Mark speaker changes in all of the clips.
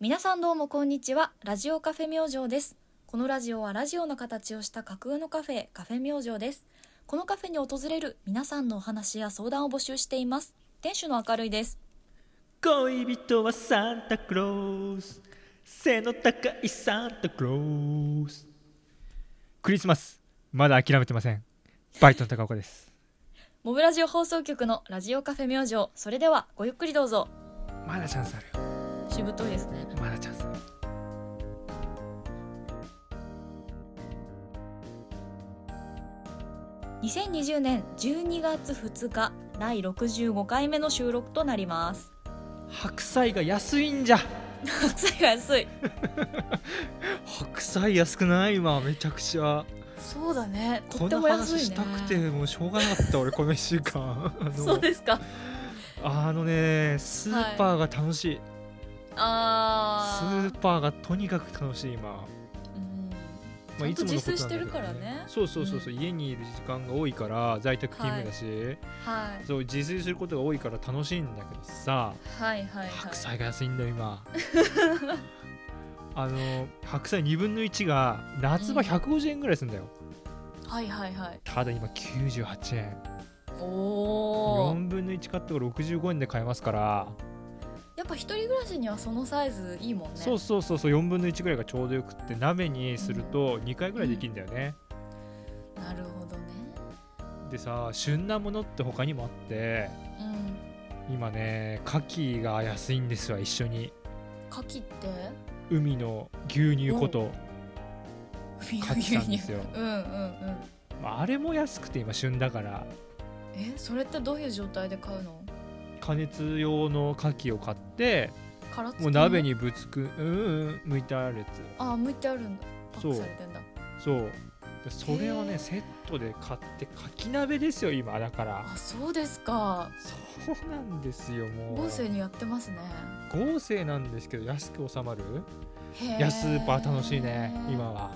Speaker 1: 皆さんどうもこんにちはラジオカフェ明星ですこのラジオはラジオの形をした架空のカフェカフェ明星ですこのカフェに訪れる皆さんのお話や相談を募集しています店主の明るいです
Speaker 2: 恋人はサンタクロース背の高いサンタクロースクリスマスまだ諦めてませんバイトの高岡です
Speaker 1: モブラジオ放送局のラジオカフェ明星それではごゆっくりどうぞ
Speaker 2: まだチャンスあるよ
Speaker 1: しぶといですね
Speaker 2: まだチャンスある
Speaker 1: 2020年12月2日第65回目の収録となります
Speaker 2: 白菜が安いんじゃ
Speaker 1: 暑いが安い
Speaker 2: 白菜安くない今めちゃくちゃ
Speaker 1: そうだねと
Speaker 2: こ
Speaker 1: っ
Speaker 2: ん
Speaker 1: て
Speaker 2: な
Speaker 1: も安
Speaker 2: 話
Speaker 1: い
Speaker 2: し
Speaker 1: ね
Speaker 2: たくてもうしょうがなかった俺この1 週間あの
Speaker 1: そうですか
Speaker 2: あのねスーパーが楽しい、
Speaker 1: あー
Speaker 2: スーパーがとにかく楽しい今
Speaker 1: う
Speaker 2: まあ、
Speaker 1: ちゃん
Speaker 2: い
Speaker 1: と
Speaker 2: つ
Speaker 1: 自
Speaker 2: ものことなんだけど
Speaker 1: 炊してるからね
Speaker 2: そうそうそうそう、家にいる時間が多いから在宅勤務だし、
Speaker 1: んはい
Speaker 2: そう自炊することが多いから楽しいんだけどさ、
Speaker 1: はいはいはい
Speaker 2: 白菜が安いんだよ今 あの白菜2分の1が夏場
Speaker 1: うん
Speaker 2: 150円ぐらいするんだよ、
Speaker 1: はいはいはい
Speaker 2: ただ今98円
Speaker 1: おお
Speaker 2: 4分の1買ってから65円で買えますから、
Speaker 1: やっぱ一人暮らしにはそのサイズいいもんね
Speaker 2: そうそうそうそう4分の1ぐらいがちょうどよくって鍋にすると2回ぐらいできるんだよね、
Speaker 1: なるほどね
Speaker 2: でさ旬なものって他にもあって
Speaker 1: うん
Speaker 2: 今ね牡蠣が安いんですわ一緒に
Speaker 1: 牡蠣って
Speaker 2: 海の牛乳こと
Speaker 1: 牡
Speaker 2: 牡蠣なんですよ、
Speaker 1: うんうんうん
Speaker 2: まあ、あれも安くて今旬だから
Speaker 1: えそれってどういう状態で買うの
Speaker 2: 加熱用の牡蠣を買って
Speaker 1: 殻付き
Speaker 2: もう鍋にぶつくうんうん剥いてあるやつ
Speaker 1: あ剥いてあるんだパッ
Speaker 2: そう
Speaker 1: クされてんだ
Speaker 2: そうでそれを
Speaker 1: へ
Speaker 2: ね
Speaker 1: ー
Speaker 2: セットで買って牡蠣鍋ですよ今だから
Speaker 1: あそうですか
Speaker 2: そうなんですよもう
Speaker 1: 豪勢にやってますね
Speaker 2: 豪勢なんですけど安く収まる
Speaker 1: へー
Speaker 2: 安スーパー楽しいね今は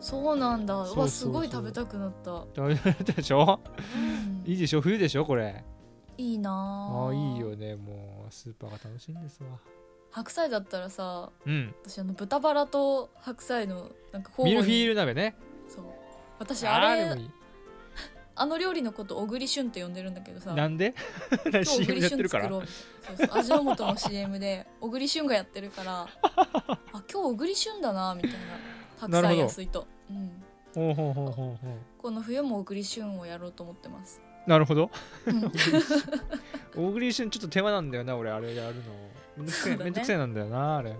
Speaker 1: そうなんだ
Speaker 2: そう
Speaker 1: うわ
Speaker 2: そ
Speaker 1: す
Speaker 2: うそう
Speaker 1: ごい食べたくなった、う
Speaker 2: 食べられたでしょ
Speaker 1: ん
Speaker 2: いいでしょ冬でしょこれ
Speaker 1: いいな
Speaker 2: あ
Speaker 1: あ
Speaker 2: あいいよねもうスーパーが楽しいんですわ
Speaker 1: 白菜だったらさ
Speaker 2: うん
Speaker 1: 私あの豚バラと白菜のなんか交
Speaker 2: ミル
Speaker 1: 互
Speaker 2: フィー
Speaker 1: に
Speaker 2: ル鍋ね
Speaker 1: そう私あれ
Speaker 2: ーでもいい
Speaker 1: あの料理のこと小栗旬って呼んでるんだけどさ
Speaker 2: なんで
Speaker 1: 今
Speaker 2: 何
Speaker 1: 日小
Speaker 2: CM
Speaker 1: 栗
Speaker 2: やって
Speaker 1: 旬
Speaker 2: るか
Speaker 1: 作
Speaker 2: ら
Speaker 1: ろうそうそう味の素の CM で小栗旬がやってるから あ今日小栗旬だなみたいな白
Speaker 2: なるほ
Speaker 1: 菜
Speaker 2: ど
Speaker 1: 安いと、うん、
Speaker 2: ほうほうほうほうほう
Speaker 1: この冬も小栗旬をやろうと思ってます、
Speaker 2: なるほど
Speaker 1: うん、
Speaker 2: 大栗旬ちょっと手間なんだよな俺あれやるのめんどくせ
Speaker 1: そ
Speaker 2: え、
Speaker 1: うだね
Speaker 2: めんどくせえなんだよなあれ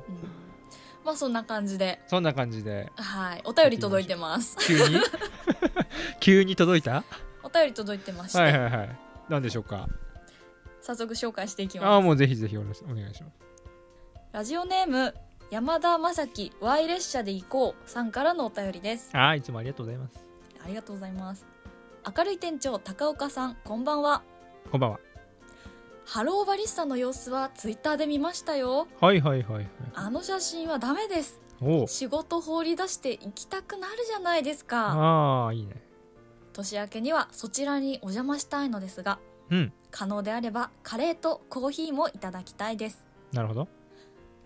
Speaker 1: まあそんな感じで
Speaker 2: そんな感じで
Speaker 1: はいお便り届いてます
Speaker 2: 急 に急に届いた
Speaker 1: お便り届いてまして、
Speaker 2: はいはいはい何でしょうか
Speaker 1: 早速紹介していきます
Speaker 2: ああもうぜひぜひお願いしお願いします
Speaker 1: ラジオネーム山田正樹 Y 列車で行こうさんからのお便りです
Speaker 2: ああいつもありがとうございます
Speaker 1: ありがとうございます明るい店長高岡さんこんばんは
Speaker 2: こんばんは
Speaker 1: ハローバリスタの様子はツイッターで見ましたよ
Speaker 2: はいはいはいはい
Speaker 1: あの写真はダメです
Speaker 2: おお
Speaker 1: 仕事放り出して行きたくなるじゃないですか
Speaker 2: ああいいね
Speaker 1: 年明けにはそちらにお邪魔したいのですが
Speaker 2: うん
Speaker 1: 可能であればカレーとコーヒーもいただきたいです
Speaker 2: なるほど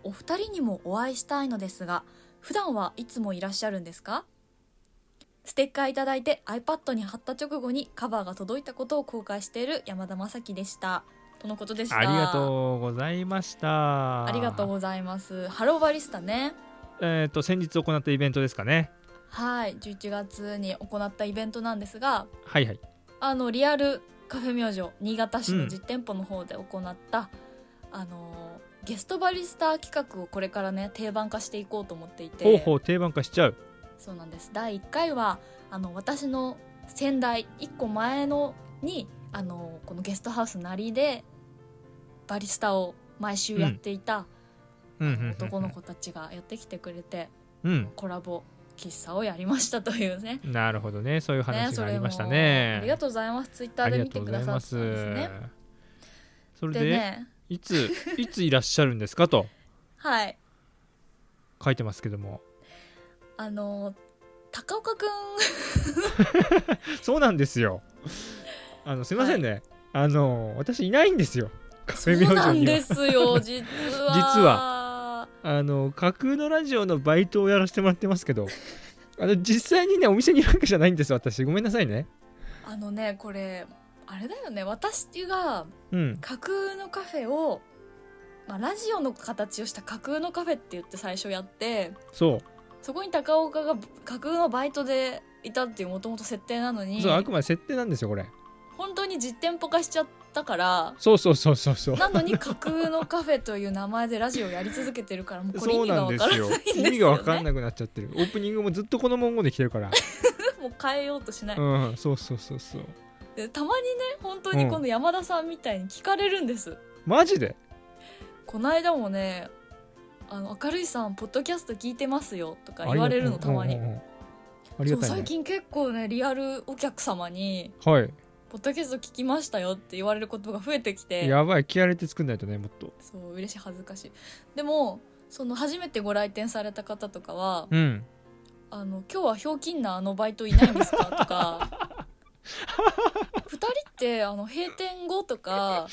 Speaker 1: お二人にもお会いしたいのですが普段はいつもいらっしゃるんですかステッカーいただいて iPad に貼った直後にカバーが届いたことを後悔している山田正樹でしたとのことでした
Speaker 2: ありがとうございました
Speaker 1: ありがとうございますハローバリスタね
Speaker 2: えっ、と先日行ったイベントですかね
Speaker 1: はい11月に行ったイベントなんですが
Speaker 2: はいはい
Speaker 1: あのリアルカフェ明星新潟市の実店舗の方で行った、あのゲストバリスタ企画をこれからね定番化していこうと思っていて
Speaker 2: ほうほう定番化しちゃう
Speaker 1: そうなんです第1回はあの私の先代1個前のにあのこのゲストハウスなりでバリスタを毎週やっていた
Speaker 2: うんうんうんうん
Speaker 1: 男の子たちがやってきてくれて
Speaker 2: うん
Speaker 1: コラボ喫茶をやりましたというね。
Speaker 2: なるほどねそういう
Speaker 1: ね
Speaker 2: 話がありました
Speaker 1: それ
Speaker 2: ね
Speaker 1: もありがとうございますツイッタ
Speaker 2: あ
Speaker 1: ーで
Speaker 2: りが
Speaker 1: 見
Speaker 2: と
Speaker 1: て
Speaker 2: うご
Speaker 1: く
Speaker 2: ざ
Speaker 1: だ
Speaker 2: い
Speaker 1: さ
Speaker 2: ま
Speaker 1: ったんですね。
Speaker 2: それ
Speaker 1: で
Speaker 2: で
Speaker 1: ね
Speaker 2: いついついらっしゃるんですかと
Speaker 1: はい
Speaker 2: 書いてますけども
Speaker 1: あの高岡くん
Speaker 2: そうなんですよあのすいませんね、あの私いないんですよカフ
Speaker 1: そ
Speaker 2: ェ
Speaker 1: う
Speaker 2: 明
Speaker 1: な
Speaker 2: 星
Speaker 1: ん
Speaker 2: に
Speaker 1: で
Speaker 2: は
Speaker 1: すよ実は
Speaker 2: 実
Speaker 1: は
Speaker 2: あの架空のラジオのバイトをやらせてもらってますけど あの実際にねお店にいるわけじゃないんです私ごめんなさいね
Speaker 1: あのねこれあれだよね私が
Speaker 2: うん
Speaker 1: 架空のカフェを、まあ、ラジオの形をした架空のカフェって言って最初やって
Speaker 2: そ
Speaker 1: そこに高岡が架空のバイトでいたっていうもともと設定なの
Speaker 2: う
Speaker 1: に
Speaker 2: そうあくまで設定なんですよこれ
Speaker 1: 本当に実店舗化しちゃったから
Speaker 2: そうそうそうそうそう
Speaker 1: なのに架空のカフェという名前でラジオやり続けてるからもうこれ意
Speaker 2: そう
Speaker 1: 味
Speaker 2: な
Speaker 1: が
Speaker 2: ん
Speaker 1: わ
Speaker 2: で
Speaker 1: からな
Speaker 2: す
Speaker 1: いん
Speaker 2: よ
Speaker 1: ですよ、ね、
Speaker 2: 意味が分かんなくなっちゃってるオープニングもずっとこの文言で来て るから
Speaker 1: もう変えようとしない、
Speaker 2: うんそうそうそうそう
Speaker 1: でたまにね本当にこの山田さんみたいに聞かれるんです、
Speaker 2: マジで
Speaker 1: この間もね「あの明るいさんポッドキャスト聞いてますよ」とか言われるのたまに
Speaker 2: うんうんうんあり
Speaker 1: そ
Speaker 2: が
Speaker 1: う
Speaker 2: たい、
Speaker 1: 最
Speaker 2: ね、
Speaker 1: 近結構ねリアルお客様に
Speaker 2: はい
Speaker 1: 「ポッドキャスト聞きましたよ」って言われることが増えてきて
Speaker 2: やばい気合入れて作んないとねもっと
Speaker 1: そう嬉しい恥ずかしいでもその初めてご来店された方とかは
Speaker 2: うん
Speaker 1: 「あの今日はひょうきんなあのバイトいないんですか?」とか 二人ってあの閉店後とか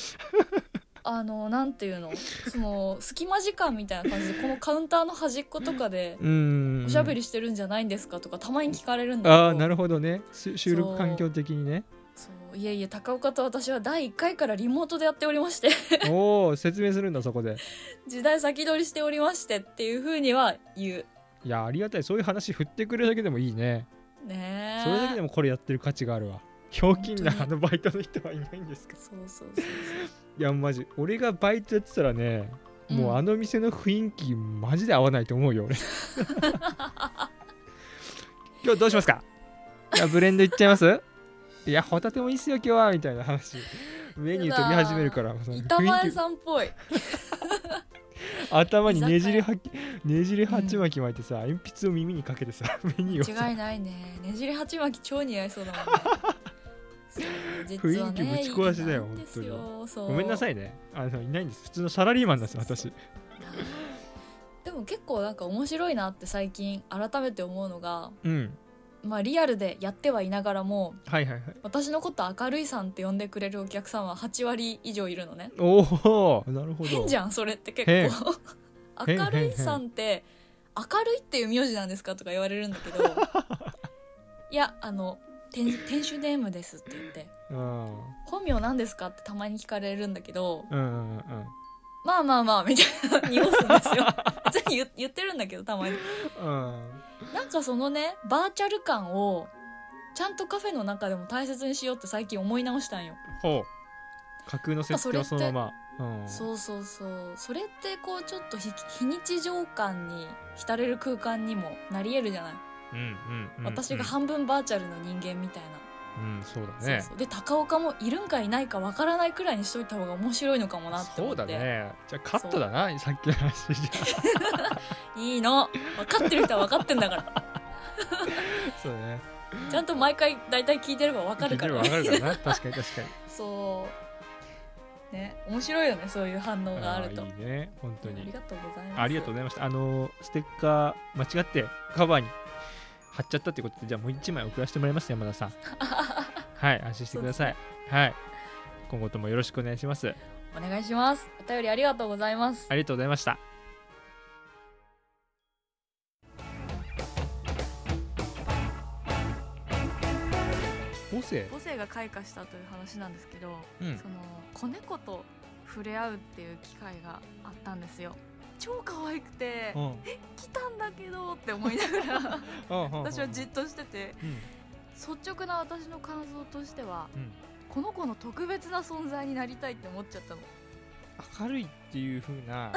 Speaker 1: あのなんていうのその隙間時間みたいな感じでこのカウンターの端っことかで
Speaker 2: うん
Speaker 1: おしゃべりしてるんじゃないんですかとかたまに聞かれるんだけど
Speaker 2: ああなるほどねす収録環境的にね
Speaker 1: そういえいえ高岡と私は第1回からリモートでやっておりまして
Speaker 2: おお説明するんだそこで
Speaker 1: 時代先取りしておりましてっていうふうには言う
Speaker 2: いやありがたいそういう話振ってくれるだけでもいいね
Speaker 1: ねえ
Speaker 2: それだけでもこれやってる価値があるわひょうきんなあ
Speaker 1: 本
Speaker 2: のバイトの人はいない んですか
Speaker 1: そうそうそう
Speaker 2: いやマジ俺がバイトやってたらね
Speaker 1: うん
Speaker 2: もうあの店の雰囲気マジで合わないと思 うよ俺 今日どうしますかいやブレンドいっちゃいますいやホタテもいいっすよ今日はみたいな話メニュー飛び始めるからその
Speaker 1: 板
Speaker 2: 雰
Speaker 1: 前
Speaker 2: 囲気
Speaker 1: さんっぽい
Speaker 2: 頭にねじり
Speaker 1: 居
Speaker 2: はきねじり鉢巻き巻いてさ、鉛筆を耳にかけてさメニューを
Speaker 1: 違
Speaker 2: さ
Speaker 1: いないねねじり鉢巻き超似合いそうだも んねそう実はね
Speaker 2: 雰囲気ぶち壊しだよ
Speaker 1: いいんです
Speaker 2: 本
Speaker 1: そう
Speaker 2: ごめんなさ
Speaker 1: い
Speaker 2: いねあのいないんです普通のサラリーマンなんです
Speaker 1: そうそ
Speaker 2: 私
Speaker 1: でも結構なんか面白いなって最近改めて思うのが
Speaker 2: うん
Speaker 1: まあリアルでやってはいながらも
Speaker 2: はいはいはい
Speaker 1: 私のこと明るいさんって呼んでくれるお客さんは8割以上いるのね
Speaker 2: おおなるほど
Speaker 1: 変じゃんそれって結構
Speaker 2: 変
Speaker 1: 明るいさんって明るいっていう名字なんですかとか言われるんだけど いやあの店店主ネームですって言って
Speaker 2: うんうん
Speaker 1: 本名なんですかってたまに聞かれるんだけど
Speaker 2: うんうん
Speaker 1: まあまあまあみたいな濁すんです よ別に言言ってるんだけどたまに
Speaker 2: うん
Speaker 1: なんかそのねバーチャル感をちゃんとカフェの中でも大切にしようって最近思い直したんよ
Speaker 2: ほう架空の設定はそのままうん
Speaker 1: そうそうそうそれってこうちょっと非非日常感に浸れる空間にもなりえるじゃない、
Speaker 2: うんうんうん
Speaker 1: 私が半分バーチャルの人間みたい
Speaker 2: うんそうだ
Speaker 1: な、
Speaker 2: ね
Speaker 1: そうそうで高岡もいるんかいないかわからないくらいにしといた方が面白いのかもなって
Speaker 2: そ
Speaker 1: 思っ
Speaker 2: う
Speaker 1: て
Speaker 2: だねじゃあカットだなさっきの話じ ゃ
Speaker 1: いいの分かってる人は分かってんだから
Speaker 2: そうだね
Speaker 1: ちゃんと毎回大体聞いてれば分かる
Speaker 2: 聞い
Speaker 1: か
Speaker 2: てれ
Speaker 1: ら
Speaker 2: ばわ かるからな確かに確かに
Speaker 1: そうね面白いよねそういう反応があると
Speaker 2: ーいいね本当
Speaker 1: あり
Speaker 2: に
Speaker 1: がとうございます
Speaker 2: ありがとうございましたあのステッカー間違ってカバーに貼っちゃったってことでじゃあもう1枚送らせてもらいます山 田さんはい安心してください、はい今後ともよろしくお願いします
Speaker 1: お願いしますお便りありがとうございます
Speaker 2: ありがとうございました母性
Speaker 1: 母性が開花したという話なんですけど、
Speaker 2: うん
Speaker 1: その子猫と触れ合うっていう機会があったんですよ超可愛くて
Speaker 2: うん
Speaker 1: 来たんだけどって思いながら
Speaker 2: うんうん
Speaker 1: 私はじっとしてて
Speaker 2: うん
Speaker 1: 率直な私の感想としては
Speaker 2: うん
Speaker 1: この子の特別な存在になりたいって思っちゃったの
Speaker 2: 明るいっていう風 な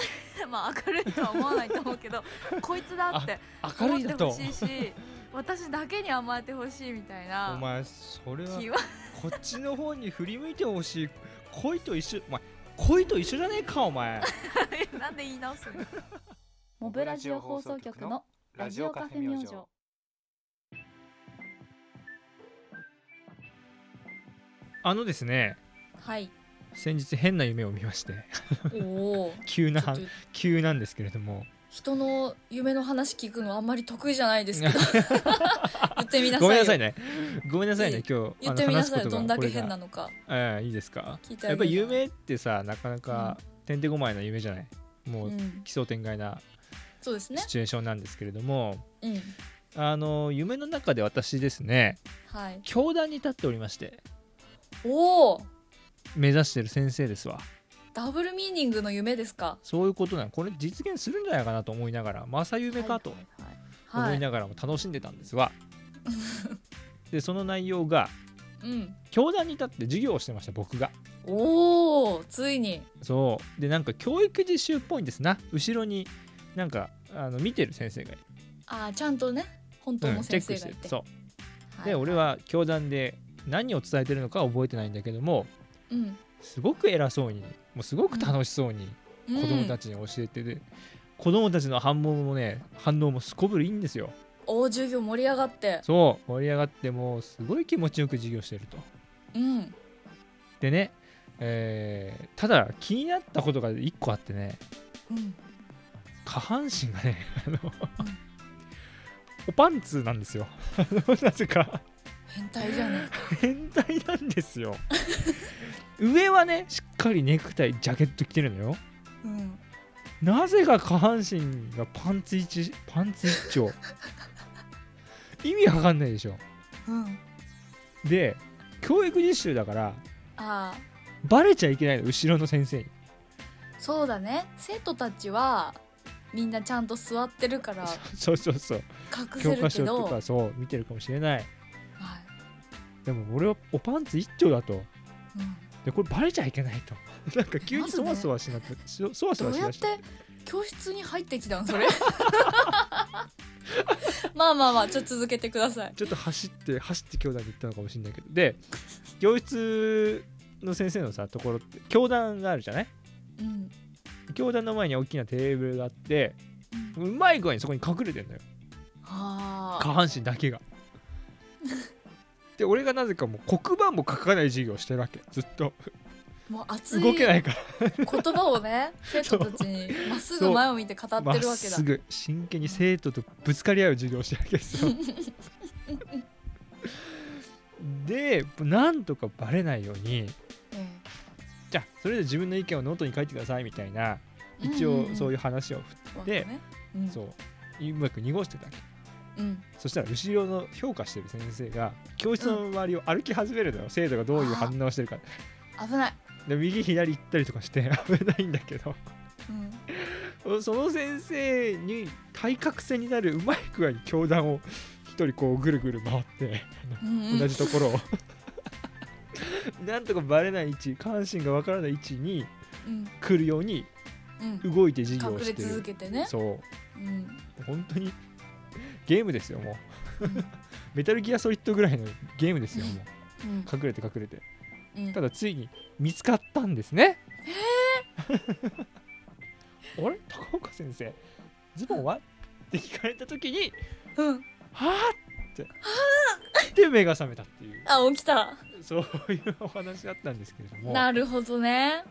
Speaker 1: まあ明るいとは思わないと思うけ どこいつだって
Speaker 2: 明
Speaker 1: 思っ
Speaker 2: るい
Speaker 1: て
Speaker 2: だ
Speaker 1: ほ
Speaker 2: と
Speaker 1: しい し私だけに甘えてほしいみたい
Speaker 2: お
Speaker 1: な
Speaker 2: 前それは
Speaker 1: 気は
Speaker 2: こっちの方に振り向いてほしい恋と一緒お前恋と一緒じゃねえか お前
Speaker 1: なんで言い直すの
Speaker 2: モブラジオ放送局のラジオカフェ明星あのですね
Speaker 1: はい
Speaker 2: 先日変な夢を見まして
Speaker 1: おお
Speaker 2: 急な
Speaker 1: ちょっと
Speaker 2: 急なんですけれども
Speaker 1: 人の夢の話聞くのあんまり得意じゃないですけ ど言ってみなさいよ
Speaker 2: ごめんなさいねごめんなさい
Speaker 1: い
Speaker 2: ね
Speaker 1: い
Speaker 2: 今日
Speaker 1: 言
Speaker 2: あ
Speaker 1: っ
Speaker 2: の
Speaker 1: てみな
Speaker 2: 話す
Speaker 1: さ
Speaker 2: こ
Speaker 1: い
Speaker 2: と
Speaker 1: どんだ
Speaker 2: がこ
Speaker 1: け
Speaker 2: れが
Speaker 1: 変なのか
Speaker 2: ええいいですか
Speaker 1: 聞いてあ
Speaker 2: やっ
Speaker 1: げ
Speaker 2: ぱ
Speaker 1: る
Speaker 2: 夢ってさなかなかてんてこまいな夢じゃないも
Speaker 1: う
Speaker 2: うん奇想天外な
Speaker 1: そうですね
Speaker 2: シ。チュエーションなんですけれども、
Speaker 1: うん。
Speaker 2: あの夢の中で私ですね
Speaker 1: はい。
Speaker 2: 教壇に立っておりまして
Speaker 1: おお、
Speaker 2: 目指してる先生ですわ
Speaker 1: ダブルミーニングの夢ですか。
Speaker 2: そういうことなのこれ実現するんじゃないかなと思いながら正夢かと
Speaker 1: は
Speaker 2: 思
Speaker 1: い。はいい。
Speaker 2: ながらも楽しんでたんですわ、 でその内容が
Speaker 1: うん。
Speaker 2: 教壇に立って授業をしてました僕が
Speaker 1: おお、ついに。
Speaker 2: そうでなんか教育実習っぽいんですな後ろになんかあの見てる先生がいる
Speaker 1: ああ、ちゃんとね、本当
Speaker 2: う
Speaker 1: の
Speaker 2: んチェ
Speaker 1: 先
Speaker 2: ック
Speaker 1: 生
Speaker 2: し
Speaker 1: が
Speaker 2: て
Speaker 1: い
Speaker 2: る
Speaker 1: て。
Speaker 2: そう
Speaker 1: い
Speaker 2: で俺。は教団で何を伝えてるのかは覚えてないんだけども
Speaker 1: うん。
Speaker 2: すごく偉そうにもうすごく楽しそうに子供
Speaker 1: う
Speaker 2: た
Speaker 1: ん
Speaker 2: ちに教えてて、子供たちの反応もね反応もすこぶるいいんですよ
Speaker 1: おお、授業盛り上がって。
Speaker 2: そう盛り上がってもうすごい気持ちよく授業してると
Speaker 1: うん。
Speaker 2: でね、えーただ気になったことが1個あってね
Speaker 1: うん。
Speaker 2: 下半身がねあの、
Speaker 1: ん
Speaker 2: おパンツなんですよ あのなぜか
Speaker 1: 変態じゃね。
Speaker 2: 変態なんですよ上はねしっかりネクタイジャケット着てるのよ
Speaker 1: うん。
Speaker 2: なぜか下半身がパンツ一パンツ一丁意味わかんないでしょ
Speaker 1: うん。
Speaker 2: で教育実習だから
Speaker 1: ああ。
Speaker 2: バレちゃいけないの後ろの先生に
Speaker 1: そうだね生徒たちはみんなちゃんと座ってるから
Speaker 2: そうそうそう
Speaker 1: 隠
Speaker 2: 教
Speaker 1: せ
Speaker 2: 科
Speaker 1: るけ
Speaker 2: 書
Speaker 1: ど
Speaker 2: とかそう見てるかもしれない
Speaker 1: はい
Speaker 2: でも俺はおパンツ一丁だと
Speaker 1: うん
Speaker 2: でこれバレちゃいけないと なんか急に
Speaker 1: まず
Speaker 2: そ
Speaker 1: ね
Speaker 2: わそわしなくしそわそ
Speaker 1: ど
Speaker 2: わ
Speaker 1: う
Speaker 2: し
Speaker 1: や
Speaker 2: だ
Speaker 1: っ
Speaker 2: して
Speaker 1: 教室に入ってきたんそ れまあまあまあちょっと続けてください
Speaker 2: ちょっと走って走って教団に行ったのかもしれないけどで教室の先生のさところって教団があるじゃない
Speaker 1: うん
Speaker 2: 教団の前に大きなテーブルがあって
Speaker 1: うん
Speaker 2: うまい具合にそこに隠れてんのよ
Speaker 1: あ
Speaker 2: 下
Speaker 1: あ
Speaker 2: 半身 だけがで俺がなぜかもう黒板も書かない授業をしてるわけずっと
Speaker 1: もう熱い
Speaker 2: 動け
Speaker 1: 言
Speaker 2: ないから
Speaker 1: 葉を ね生徒たちにまっすぐ前を見て語
Speaker 2: ま
Speaker 1: って
Speaker 2: っ
Speaker 1: るわけだ
Speaker 2: すぐ真剣に生徒とぶつかり合う授業をしてるわけで すよでなんとかバレないように
Speaker 1: え
Speaker 2: じゃあそれで自分の意見をノートに書いてくださいみたいな
Speaker 1: え
Speaker 2: 一応そうい
Speaker 1: いう
Speaker 2: 話を振っ
Speaker 1: う
Speaker 2: て
Speaker 1: わけねうん
Speaker 2: そううまく濁してたわけ
Speaker 1: うん
Speaker 2: そしたら後ろの評価してる先生が教室の周りを歩き始めるのよ、生徒がどういう反応をしてるか
Speaker 1: 危ない
Speaker 2: で右左行ったりとかして危ないんだけど
Speaker 1: うん
Speaker 2: その先生に対角線になるうまい具合に教団を一人こうぐるぐる回って
Speaker 1: うんう
Speaker 2: 同
Speaker 1: ん
Speaker 2: じところ をなんとかバレない位置関心がわからない位置に
Speaker 1: うん
Speaker 2: 来るように
Speaker 1: うん
Speaker 2: 動いて授業を
Speaker 1: 隠
Speaker 2: し
Speaker 1: れ
Speaker 2: て
Speaker 1: 続
Speaker 2: る
Speaker 1: けてね
Speaker 2: そう
Speaker 1: うん
Speaker 2: 本当にゲームです よもう
Speaker 1: うん
Speaker 2: メタルギアソリッドぐらいのゲームですよもう
Speaker 1: うん
Speaker 2: 隠れて隠れて
Speaker 1: うん
Speaker 2: ただついに見つかったんですね。 あれ高岡先生ズボンはって聞かれた時に
Speaker 1: うん
Speaker 2: 「はあ!」ってで目が覚めたっていう
Speaker 1: あ起きた
Speaker 2: そういうお話だったんですけれども
Speaker 1: なるほどね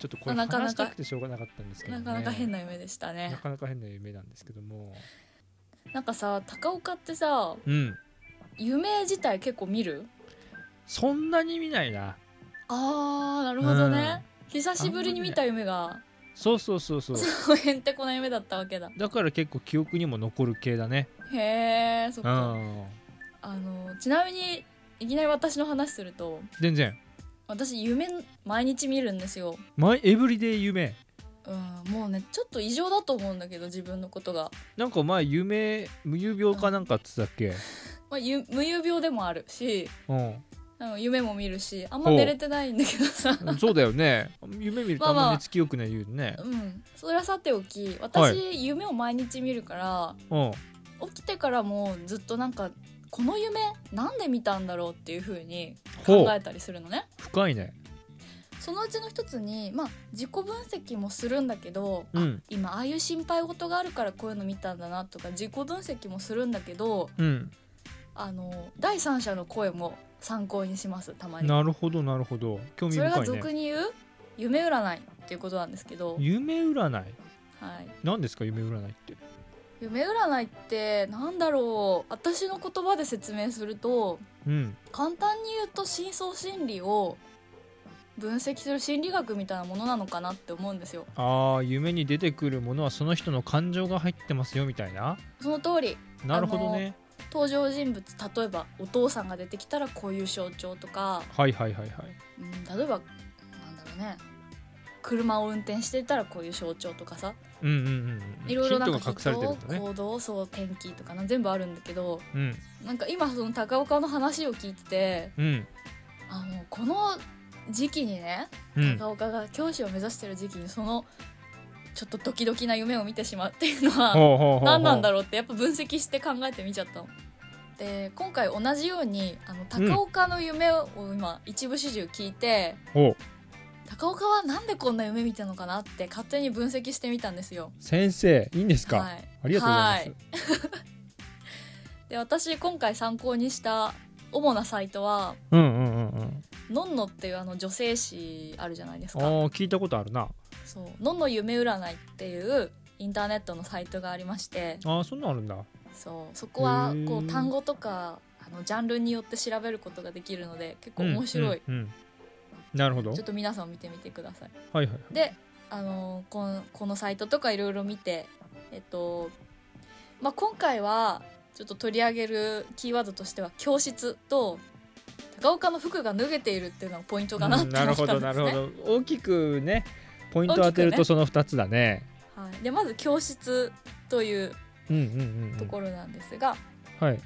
Speaker 2: ちょっとこれ
Speaker 1: なかなか
Speaker 2: 話したくてしょうがなかったんですけど、
Speaker 1: な
Speaker 2: ね、
Speaker 1: かなか変
Speaker 2: な
Speaker 1: な夢でした
Speaker 2: な
Speaker 1: ね
Speaker 2: かなか変な夢なんですけども
Speaker 1: なんかさ高岡ってさ
Speaker 2: うん
Speaker 1: 夢自体結構見る
Speaker 2: そんなに見ないな
Speaker 1: あーなるほどね、久しぶりに見た夢が
Speaker 2: そうそうそうそう
Speaker 1: そうへんてこな夢だったわけだ
Speaker 2: だから結構記憶にも残る系だね
Speaker 1: へえ そっ
Speaker 2: う
Speaker 1: か
Speaker 2: ん
Speaker 1: あのちなみにいきなり私の話すると
Speaker 2: 全然
Speaker 1: 私夢毎日見るんですよ
Speaker 2: マイエブリデイ夢
Speaker 1: うんもうねちょっと異常だと思うんだけど自分のことが、
Speaker 2: なんか前夢無遊病かなんかっつったっけ
Speaker 1: まあ、ゆ無遊病でもあるし
Speaker 2: うん、
Speaker 1: あの夢も見るしあんま寝れてないんだけどさ
Speaker 2: そうだよね夢見るとあん
Speaker 1: まあ
Speaker 2: ま
Speaker 1: まあ
Speaker 2: 寝つきよくない言うね、
Speaker 1: うん、それはさておき私、
Speaker 2: は
Speaker 1: 夢を毎日見るから
Speaker 2: うん
Speaker 1: 起きてからもずっとなんかこの夢なんで見たんだろうっていう風に
Speaker 2: ほ
Speaker 1: 考
Speaker 2: う
Speaker 1: えたりするのね
Speaker 2: 深いね
Speaker 1: そのうちの一つに、まあ、自己分析もするんだけど、あ
Speaker 2: うん
Speaker 1: 今ああいう心配事があるからこういうの見たんだなとか自己分析もするんだけど
Speaker 2: うん
Speaker 1: あの第三者の声も参考にしますたまに。
Speaker 2: なるほどなるほど興味
Speaker 1: それが
Speaker 2: 深いね
Speaker 1: 俗に言う夢占いっていうことなんですけど、
Speaker 2: 夢占い
Speaker 1: はい、
Speaker 2: 何ですか夢占いって
Speaker 1: 夢占いってなんだろう私の言葉で説明すると
Speaker 2: うん
Speaker 1: 簡単に言うと深層心理を分析する心理学みたいなものなのかなって思うんですよ
Speaker 2: ああ夢に出てくるものはその人の感情が入ってますよみたいな
Speaker 1: その通り
Speaker 2: なるほどね
Speaker 1: 登場人物例えばお父さんが出てきたらこういう象徴とか、
Speaker 2: はいはいはいはい
Speaker 1: うん、例えばなんだろうね車を運転していたらこういう象徴とかさ
Speaker 2: うんうんうんうん
Speaker 1: いろいろなん
Speaker 2: ヒント
Speaker 1: か
Speaker 2: が隠されてる
Speaker 1: 人
Speaker 2: んだね
Speaker 1: 行動そう天気とかな全部あるんだけど
Speaker 2: うん
Speaker 1: なんか今その高岡の話を聞いてて
Speaker 2: うん
Speaker 1: あのこの時期にね
Speaker 2: うん
Speaker 1: 高岡が教師を目指してる時期にそのちょっとドキドキな夢を見てしまうっていうのは
Speaker 2: ほうほうほうほう
Speaker 1: 何なんだろうってやっぱ分析して考えてみちゃったの。で今回同じようにあの高岡の夢を今一部始終聞いて、
Speaker 2: ほう
Speaker 1: 高岡はなんでこんな夢見てるのかなって勝手に分析してみたんですよ。
Speaker 2: 先生いいんですか、
Speaker 1: はい、
Speaker 2: ありがとうござい
Speaker 1: は
Speaker 2: ます
Speaker 1: で私今回参考にした主なサイトは
Speaker 2: うんうんうんう
Speaker 1: 「
Speaker 2: ん
Speaker 1: のんの」っていうあの女性誌あるじゃないです
Speaker 2: ああ
Speaker 1: か。
Speaker 2: 聞いたことあるな
Speaker 1: そうのんの夢占いっていうインターネットのサイトがありまして
Speaker 2: ああそんなんあるんだ
Speaker 1: そうそこは
Speaker 2: へー
Speaker 1: こう単語とかあのジャンルによって調べることができるので結構面白い、
Speaker 2: うんうんうんなるほど
Speaker 1: ちょっと皆さんも見てみてください
Speaker 2: はいはい
Speaker 1: であのこんこのサイトとかいろいろ見てえっと、まあ、今回はちょっと取り上げるキーワードとしては教室と高岡の服が脱げているっていうのがポイントかなって
Speaker 2: う
Speaker 1: 思
Speaker 2: ん
Speaker 1: ったん
Speaker 2: な
Speaker 1: ですね、
Speaker 2: るほどなるほど大きくねポイントを当て
Speaker 1: 大
Speaker 2: る
Speaker 1: きくね
Speaker 2: とその2つだね
Speaker 1: はい、でまず教室という
Speaker 2: うんうんうんう
Speaker 1: と
Speaker 2: ん
Speaker 1: ころなんですが、
Speaker 2: はい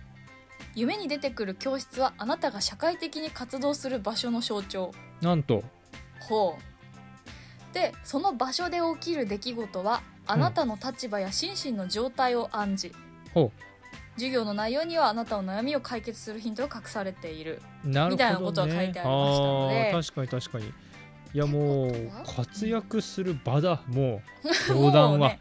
Speaker 1: 夢に出てくる教室はあなたが社会的に活動する場所の象徴
Speaker 2: なんと
Speaker 1: ほうでその場所で起きる出来事はあなたの立場や心身の状態を暗示、
Speaker 2: ほ
Speaker 1: 授業の内容にはあなたの悩みを解決するヒントが隠されている
Speaker 2: うなるほど、ね、
Speaker 1: みたいなことは書いてありましたので
Speaker 2: あー確かに確かにいやも
Speaker 1: って
Speaker 2: う
Speaker 1: ことは
Speaker 2: 活躍する場だも う教団
Speaker 1: もう
Speaker 2: は、
Speaker 1: ね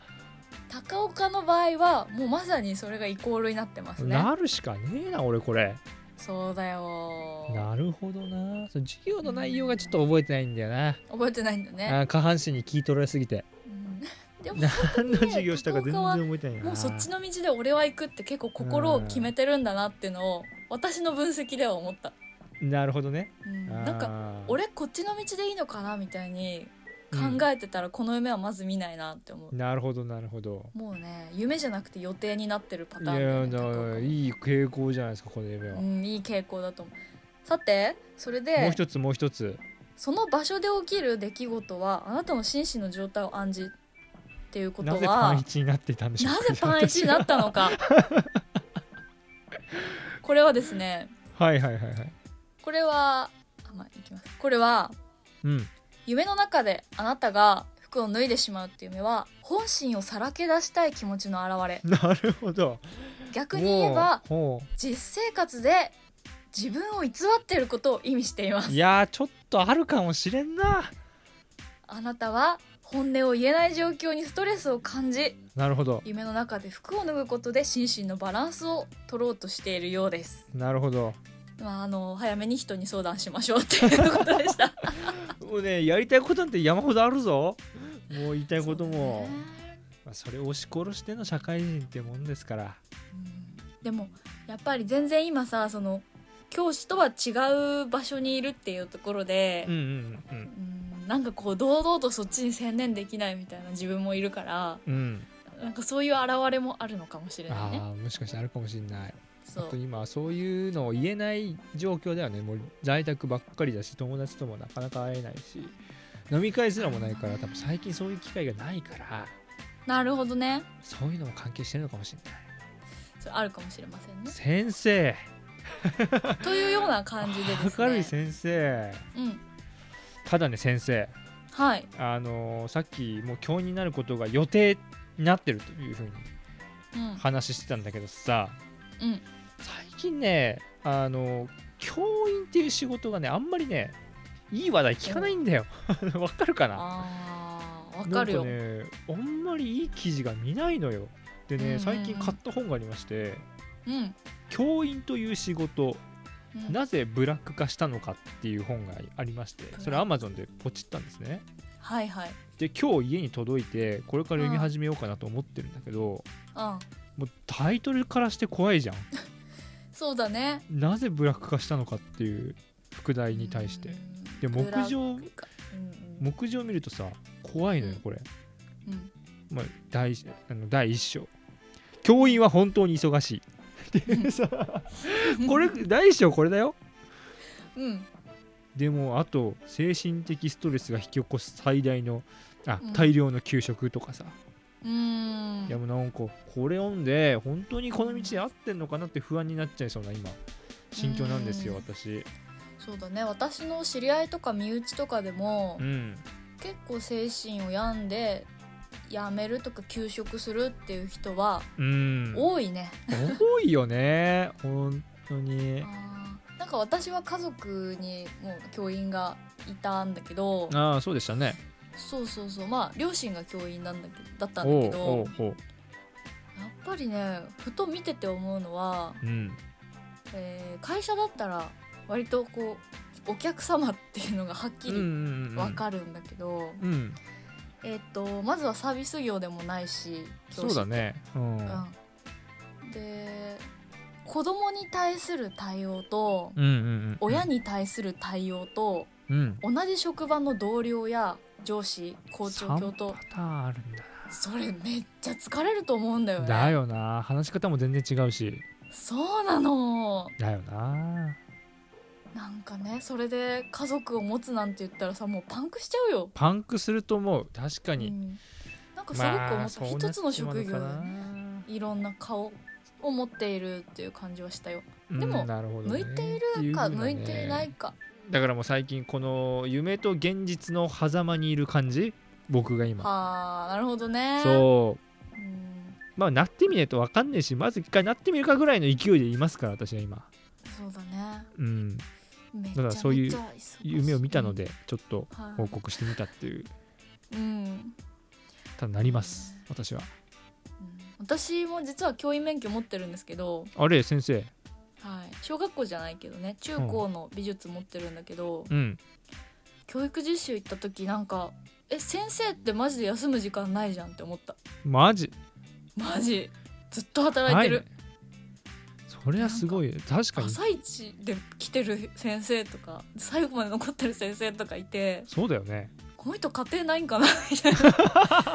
Speaker 1: 高岡の場合はもうまさにそれがイコールになってますね
Speaker 2: なるしかねえな俺これ
Speaker 1: そうだよ
Speaker 2: なるほどなその授業の内容がちょっと覚えてないんだよな、
Speaker 1: 覚えてないんだよね、
Speaker 2: あー下半身に聞い取られすぎて
Speaker 1: うんでも
Speaker 2: 何の授業したか全然
Speaker 1: 高校は
Speaker 2: 覚えてないな
Speaker 1: もうそっちの道で俺は行くって結構心を決めてるんだなっていうのを私の分析では思った、
Speaker 2: なるほどね
Speaker 1: うん、
Speaker 2: あー
Speaker 1: なんか俺こっちの道でいいのかなみたいに考えてたらこの夢はまず見ないなって思う、
Speaker 2: なるほどなるほど
Speaker 1: もうね夢じゃなくて予定になってるパ
Speaker 2: い
Speaker 1: ターンだ
Speaker 2: や
Speaker 1: よね
Speaker 2: だ
Speaker 1: 高
Speaker 2: か
Speaker 1: 岡
Speaker 2: ら
Speaker 1: も
Speaker 2: いい傾向じゃないですかこの夢は、
Speaker 1: う
Speaker 2: も
Speaker 1: んいい傾向だと思うさてそれ
Speaker 2: う
Speaker 1: で
Speaker 2: 一つもう一つ
Speaker 1: その場所で起きる出来事はあなたの心身の状態を暗示っていうこと
Speaker 2: な
Speaker 1: は
Speaker 2: ぜパン一になっていたんでしょう
Speaker 1: な
Speaker 2: か
Speaker 1: ぜパン一になったのかこれはですね
Speaker 2: はいはいはいはい
Speaker 1: これはあまあいきますこれは
Speaker 2: うん
Speaker 1: 夢の中であなたが服を脱いでしまうっていう夢は本心をさらけ出したい気持ちの表れ
Speaker 2: なるほど
Speaker 1: 逆に言えば
Speaker 2: もうほ
Speaker 1: 実生活で自分を偽っていることを意味していま
Speaker 2: う
Speaker 1: す
Speaker 2: いやーちょっとあるかもしれんな
Speaker 1: あなたは本音を言えない状況にストレスを感じ
Speaker 2: なるほど
Speaker 1: 夢の中で服を脱ぐことで心身のバランスを取ろうとしているようです
Speaker 2: なるほど
Speaker 1: まああの早めに人に相談しましょうっていうことでした
Speaker 2: もうねやりたいことなんて山ほどあるぞもう言いたいことも
Speaker 1: そうね
Speaker 2: まあそれを押し殺しての社会人ってもんですから
Speaker 1: うんでもやっぱり全然今さその教師とは違う場所にいるっていうところで
Speaker 2: うん、うんうん
Speaker 1: うんなんかこう堂々とそっちに専念できないみたいな自分もいるから
Speaker 2: うん、
Speaker 1: なんかそういう現れもあるのかもしれないね。
Speaker 2: ああもしかしてあるかもしれない
Speaker 1: そ
Speaker 2: あと
Speaker 1: う
Speaker 2: 今はそういうのを言えない状況だよねもう在宅ばっかりだし友達ともなかなか会えないし飲み会すらもないから多分最近そういう機会がないから
Speaker 1: なるほどね
Speaker 2: そういうのも関係してるのかもしれない
Speaker 1: それあるかもしれませんね。
Speaker 2: 先生
Speaker 1: というような感じでですね。
Speaker 2: 明るい先生
Speaker 1: うん
Speaker 2: ただね先生
Speaker 1: はい、
Speaker 2: あのーさっきもう今日になることが予定になってるというふうに
Speaker 1: うん
Speaker 2: 話してたんだけどさ
Speaker 1: うん、
Speaker 2: 最近ねあの教員っていう仕事がねあんまりねいい話題聞かないんだよ わかるかな
Speaker 1: あーわかるよ。
Speaker 2: なんかねあんまりいい記事が見ないのよでね、
Speaker 1: うんうんうん
Speaker 2: 最近買った本がありまして
Speaker 1: うん
Speaker 2: 「教員という仕事
Speaker 1: うん
Speaker 2: なぜブラック化したのか」っていう本がありまして
Speaker 1: ラック
Speaker 2: それアマゾンでポチったんですね
Speaker 1: はいはい。
Speaker 2: で今日家に届いてこれから読み始めようかなと思ってるんだけど、
Speaker 1: うん
Speaker 2: もうタイトルからして怖いじゃん
Speaker 1: そうだね。
Speaker 2: なぜブラック化したのかっていう副題に対して
Speaker 1: うん
Speaker 2: で木上
Speaker 1: ブラックうん
Speaker 2: 木上見るとさ怖いのよこれ、
Speaker 1: うんうん
Speaker 2: まあ、第一あの第一章教員は本当に忙しい ってい うさこれ第一章これだよ
Speaker 1: うん
Speaker 2: でもあと精神的ストレスが引き起こす最大のあ
Speaker 1: うん
Speaker 2: 大量の給食とかさ、
Speaker 1: うーん
Speaker 2: いやもうなんかこれ読んで本当にこの道で合ってんのかなって不安になっちゃいそうな今心境なんですよ
Speaker 1: うん
Speaker 2: 私
Speaker 1: そうだね私の知り合いとか身内とかでも
Speaker 2: うん
Speaker 1: 結構精神を病んでやめるとか休職するっていう人は
Speaker 2: うん
Speaker 1: 多いね、
Speaker 2: 多いよね本当に
Speaker 1: あーなんか私は家族にもう教員がいたんだけど
Speaker 2: ああそうでしたね
Speaker 1: そうそうそうまあ両親が教員なんだけどだったんだ
Speaker 2: お
Speaker 1: け
Speaker 2: う
Speaker 1: ど
Speaker 2: おうおう
Speaker 1: やっぱりねふと見てて思うのは、
Speaker 2: うん
Speaker 1: えー会社だったら割とこうお客様っていうのがはっき
Speaker 2: うん
Speaker 1: り
Speaker 2: うんうん
Speaker 1: 分かるんだけど、
Speaker 2: うん
Speaker 1: えー、とまずはサービス業でもないし教師
Speaker 2: そうだねうん
Speaker 1: うん、で子供に対する対応と
Speaker 2: うんうんうん
Speaker 1: 親に対する対応と
Speaker 2: うん
Speaker 1: 同じ職場の同僚や上司校長教
Speaker 2: 3
Speaker 1: 頭
Speaker 2: パターンあるんだ
Speaker 1: それめっちゃ疲れると思うんだよ
Speaker 2: な
Speaker 1: ね
Speaker 2: だよな話し方も全然違うし
Speaker 1: そうなの
Speaker 2: だよな
Speaker 1: なんかねそれで家族を持つなんて言ったらさもうパンクしちゃうよ、
Speaker 2: パンクすると思う確か
Speaker 1: う
Speaker 2: に
Speaker 1: ん、なんかすごく思った、
Speaker 2: まあそうなっ
Speaker 1: 一つの
Speaker 2: ちまう
Speaker 1: 職業
Speaker 2: か
Speaker 1: で
Speaker 2: な
Speaker 1: ねいろんな顔を持っているっていう感じはしたよでも
Speaker 2: うんなるほど
Speaker 1: 向
Speaker 2: ね
Speaker 1: いているか
Speaker 2: ってうふう
Speaker 1: 向
Speaker 2: なね
Speaker 1: いていないか
Speaker 2: だからもう最近この夢と現実の狭間にいる感じ僕が今
Speaker 1: はあなるほどね
Speaker 2: そう
Speaker 1: うん
Speaker 2: まあなってみないと分かんねえしまず一回なってみるかぐらいの勢いでいますから私は今
Speaker 1: そうだね
Speaker 2: うん
Speaker 1: めちゃめちゃ
Speaker 2: だからそういう
Speaker 1: 忙し
Speaker 2: 夢を見たの、でちょっと
Speaker 1: うんはい
Speaker 2: 報告してみたっていう
Speaker 1: うんうん
Speaker 2: ただなります私は
Speaker 1: 私も実は教員免許持ってるんですけど、
Speaker 2: あれ先生
Speaker 1: はい、小学校じゃないけどね中高の美術持ってるんだけど、
Speaker 2: うん
Speaker 1: 教育実習行った時なんかえ先生ってマジで休む時間ないじゃんって思った
Speaker 2: マジ
Speaker 1: マジずっと働いて
Speaker 2: は
Speaker 1: る
Speaker 2: い、それはすごい確かに
Speaker 1: 朝一で来てる先生とか最後まで残ってる先生とかいて
Speaker 2: そうだよね
Speaker 1: この人家庭ないんかな みたいな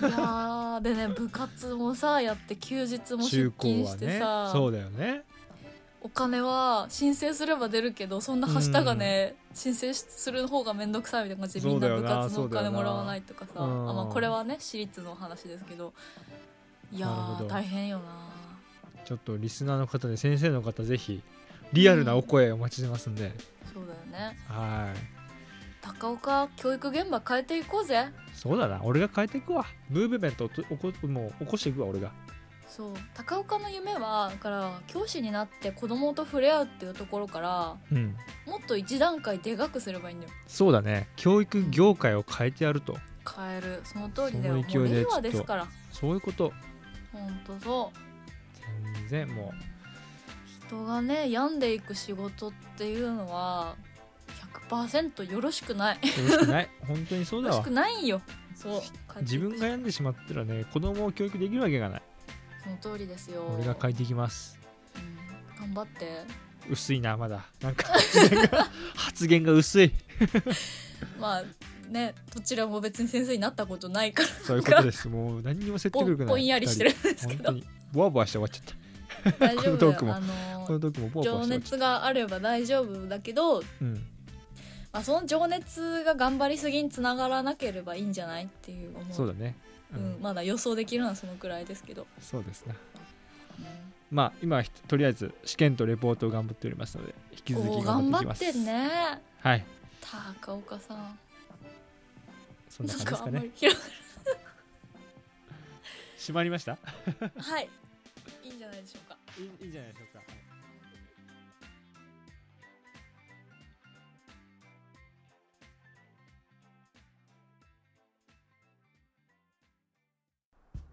Speaker 1: いやーでね部活もさやって休日も出
Speaker 2: 中高
Speaker 1: 勤
Speaker 2: は
Speaker 1: して
Speaker 2: ね
Speaker 1: さ、
Speaker 2: そうだよね
Speaker 1: お金は申請すれば出るけどそんなはしたがね、申請する方が面倒くさいみたいな感じでみんな部活の
Speaker 2: そ
Speaker 1: お
Speaker 2: うだよな
Speaker 1: 金もらわないとかさ
Speaker 2: そうだよな
Speaker 1: あ、まあ、
Speaker 2: うん
Speaker 1: これはね私立の話ですけどいや
Speaker 2: なるほ
Speaker 1: ー
Speaker 2: ど
Speaker 1: 大変よな
Speaker 2: ちょっとリスナーの方で先生の方ぜひリアルなお声お待ちしてますんで、
Speaker 1: そうだよね
Speaker 2: はい
Speaker 1: 高岡教育現場変えていこうぜ
Speaker 2: そうだな俺が変えていくわムーブメントをと起こもう起こしていくわ俺が
Speaker 1: そう高岡の夢はだから教師になって子供と触れ合うっていうところから
Speaker 2: うん
Speaker 1: もっと一段階でかくすればいいんだよ
Speaker 2: そうだね教育業界を変えてやると
Speaker 1: 変えるその通りだよ
Speaker 2: その勢いで
Speaker 1: もう令
Speaker 2: ちょっ
Speaker 1: 和
Speaker 2: と
Speaker 1: ですから
Speaker 2: そういうこと
Speaker 1: ほんとそう
Speaker 2: 全然も
Speaker 1: 人がね病んでいく仕事っていうのは100%よろしくないう
Speaker 2: よろしくない 本当にそう
Speaker 1: よろ
Speaker 2: だ
Speaker 1: し
Speaker 2: わ
Speaker 1: くないよそう
Speaker 2: 自分が病んでしまったらね子供を教育できるわけがない
Speaker 1: その通りですよ
Speaker 2: 俺が変えていきます
Speaker 1: うん頑張って
Speaker 2: 薄いなまだなんか発言が発言が薄い
Speaker 1: まあねどちらも別に先生になったことないから
Speaker 2: そういうことですもう何にも説
Speaker 1: ぼ
Speaker 2: 得力
Speaker 1: ん
Speaker 2: な
Speaker 1: ぼ
Speaker 2: い
Speaker 1: んやりしてるんですけ
Speaker 2: 本
Speaker 1: ど
Speaker 2: 当にボワボワして終わっちゃった
Speaker 1: 大丈
Speaker 2: この
Speaker 1: 夫
Speaker 2: トー
Speaker 1: だ
Speaker 2: ク
Speaker 1: よ
Speaker 2: も
Speaker 1: あの
Speaker 2: この時もボワボ
Speaker 1: 情
Speaker 2: ワして終わっちゃっ
Speaker 1: 熱があれば大丈夫だけど、
Speaker 2: たうん
Speaker 1: まあ、その情熱が頑張りすぎにつながらなければいいんじゃないっていう思う
Speaker 2: そうだねう
Speaker 1: うんん、まだ予想できるのはそのくらいですけど、
Speaker 2: そうですねまあ今はひとりあえず試験とレポートを頑張っておりますので引き続
Speaker 1: お
Speaker 2: き
Speaker 1: ー頑
Speaker 2: 頑張って
Speaker 1: 張っ
Speaker 2: いきます
Speaker 1: てんね
Speaker 2: はい
Speaker 1: 高岡さん
Speaker 2: そんな感
Speaker 1: ん
Speaker 2: じで
Speaker 1: か
Speaker 2: す
Speaker 1: あ
Speaker 2: か
Speaker 1: んま
Speaker 2: ね
Speaker 1: り広
Speaker 2: 閉まりました
Speaker 1: がはいいいんじゃないでしょうか
Speaker 2: いいいいじゃないでしょうか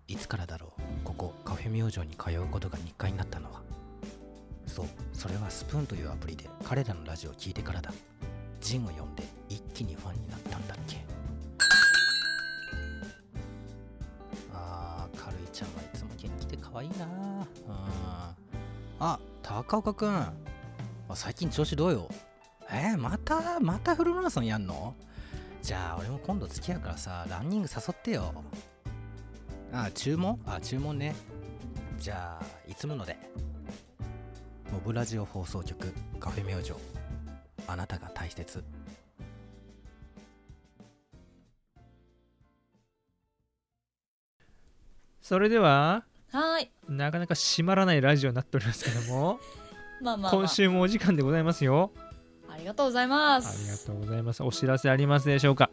Speaker 3: いつからだろうここカフェ明星に通うことが日課になったのはそうそれはスプーンというアプリで彼らのラジオを聞いてからだジンを読んで一気にファンになったんだっけあーかるいちゃんはいつも元気で可愛いなうんあ高岡くんあ最近調子どうよえー、またまたフルマラソンやんのじゃあ俺も今度付き合うからさランニング誘ってよあ注文あ注文ねじゃあいつものでモブラジオ放送局カフェ明星あなたが大切
Speaker 2: それでは
Speaker 1: はーい
Speaker 2: なかなか閉まらないラジオになっておりますけど も
Speaker 1: まあまあ、ま
Speaker 2: 今週もお時間でございますよ
Speaker 1: あ、ありがとうございま
Speaker 2: ありが
Speaker 1: す
Speaker 2: とうございますお知らせありますでしょうか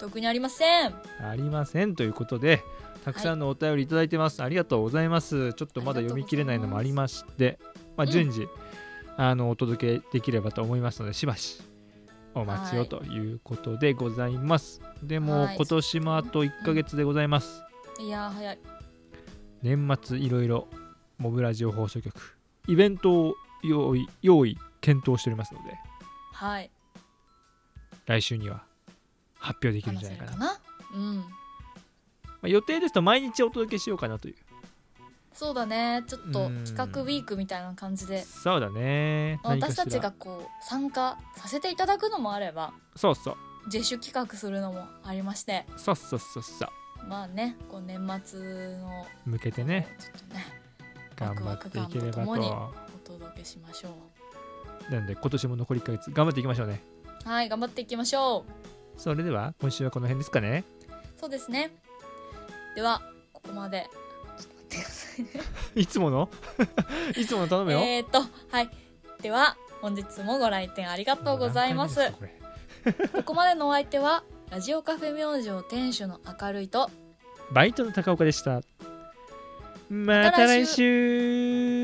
Speaker 1: 特にありません
Speaker 2: ありませんということでたくさんのお便りいただいてます、ありがとうございますちょっとまだ読み切れないのもありまして
Speaker 1: あ
Speaker 2: まあ、
Speaker 1: りがとう
Speaker 2: 順次、あのお届けできればと思いますのでしばしお待ち
Speaker 1: は
Speaker 2: を
Speaker 1: い
Speaker 2: ということでございます、でも
Speaker 1: はい
Speaker 2: 今年もあと1ヶ月でございます
Speaker 1: いやー早い
Speaker 2: 年末いろいろモブラジオ放送局イベントを用意用意検討しておりますので
Speaker 1: はい
Speaker 2: 来週には発表できるん
Speaker 1: 話
Speaker 2: じゃ
Speaker 1: せ
Speaker 2: ない
Speaker 1: る
Speaker 2: かな
Speaker 1: かなうん
Speaker 2: まあ、予定ですと毎日お届けしようかなという
Speaker 1: そうだねちょっと
Speaker 2: うん
Speaker 1: 企画ウィークみたいな感じで
Speaker 2: そうだね何か
Speaker 1: 私
Speaker 2: しら
Speaker 1: たちがこう参加させていただくのもあれば
Speaker 2: そうそう
Speaker 1: 自主企画するのもありまして
Speaker 2: そうそうそうそう
Speaker 1: まあねこう年末の
Speaker 2: 向けてね
Speaker 1: ちょっとね
Speaker 2: 頑張っていければ
Speaker 1: ワクワク感とともに
Speaker 2: と
Speaker 1: お届けしましょ
Speaker 2: なんで今年も残り1ヶ月頑張っていきましょうね
Speaker 1: うはい頑張っていきましょう
Speaker 2: それでは今週はこの辺ですかね
Speaker 1: そうですねではここまでちょっと待ってくださいね
Speaker 2: いつもの いつもの頼むよ、
Speaker 1: えー、っとはいでは本日もご来店ありがとうございます
Speaker 2: 何回目ですかこ
Speaker 1: ここまでのお相手はラジオカフェ明星店主の明るいと
Speaker 2: れバイトの高岡でしたまた来週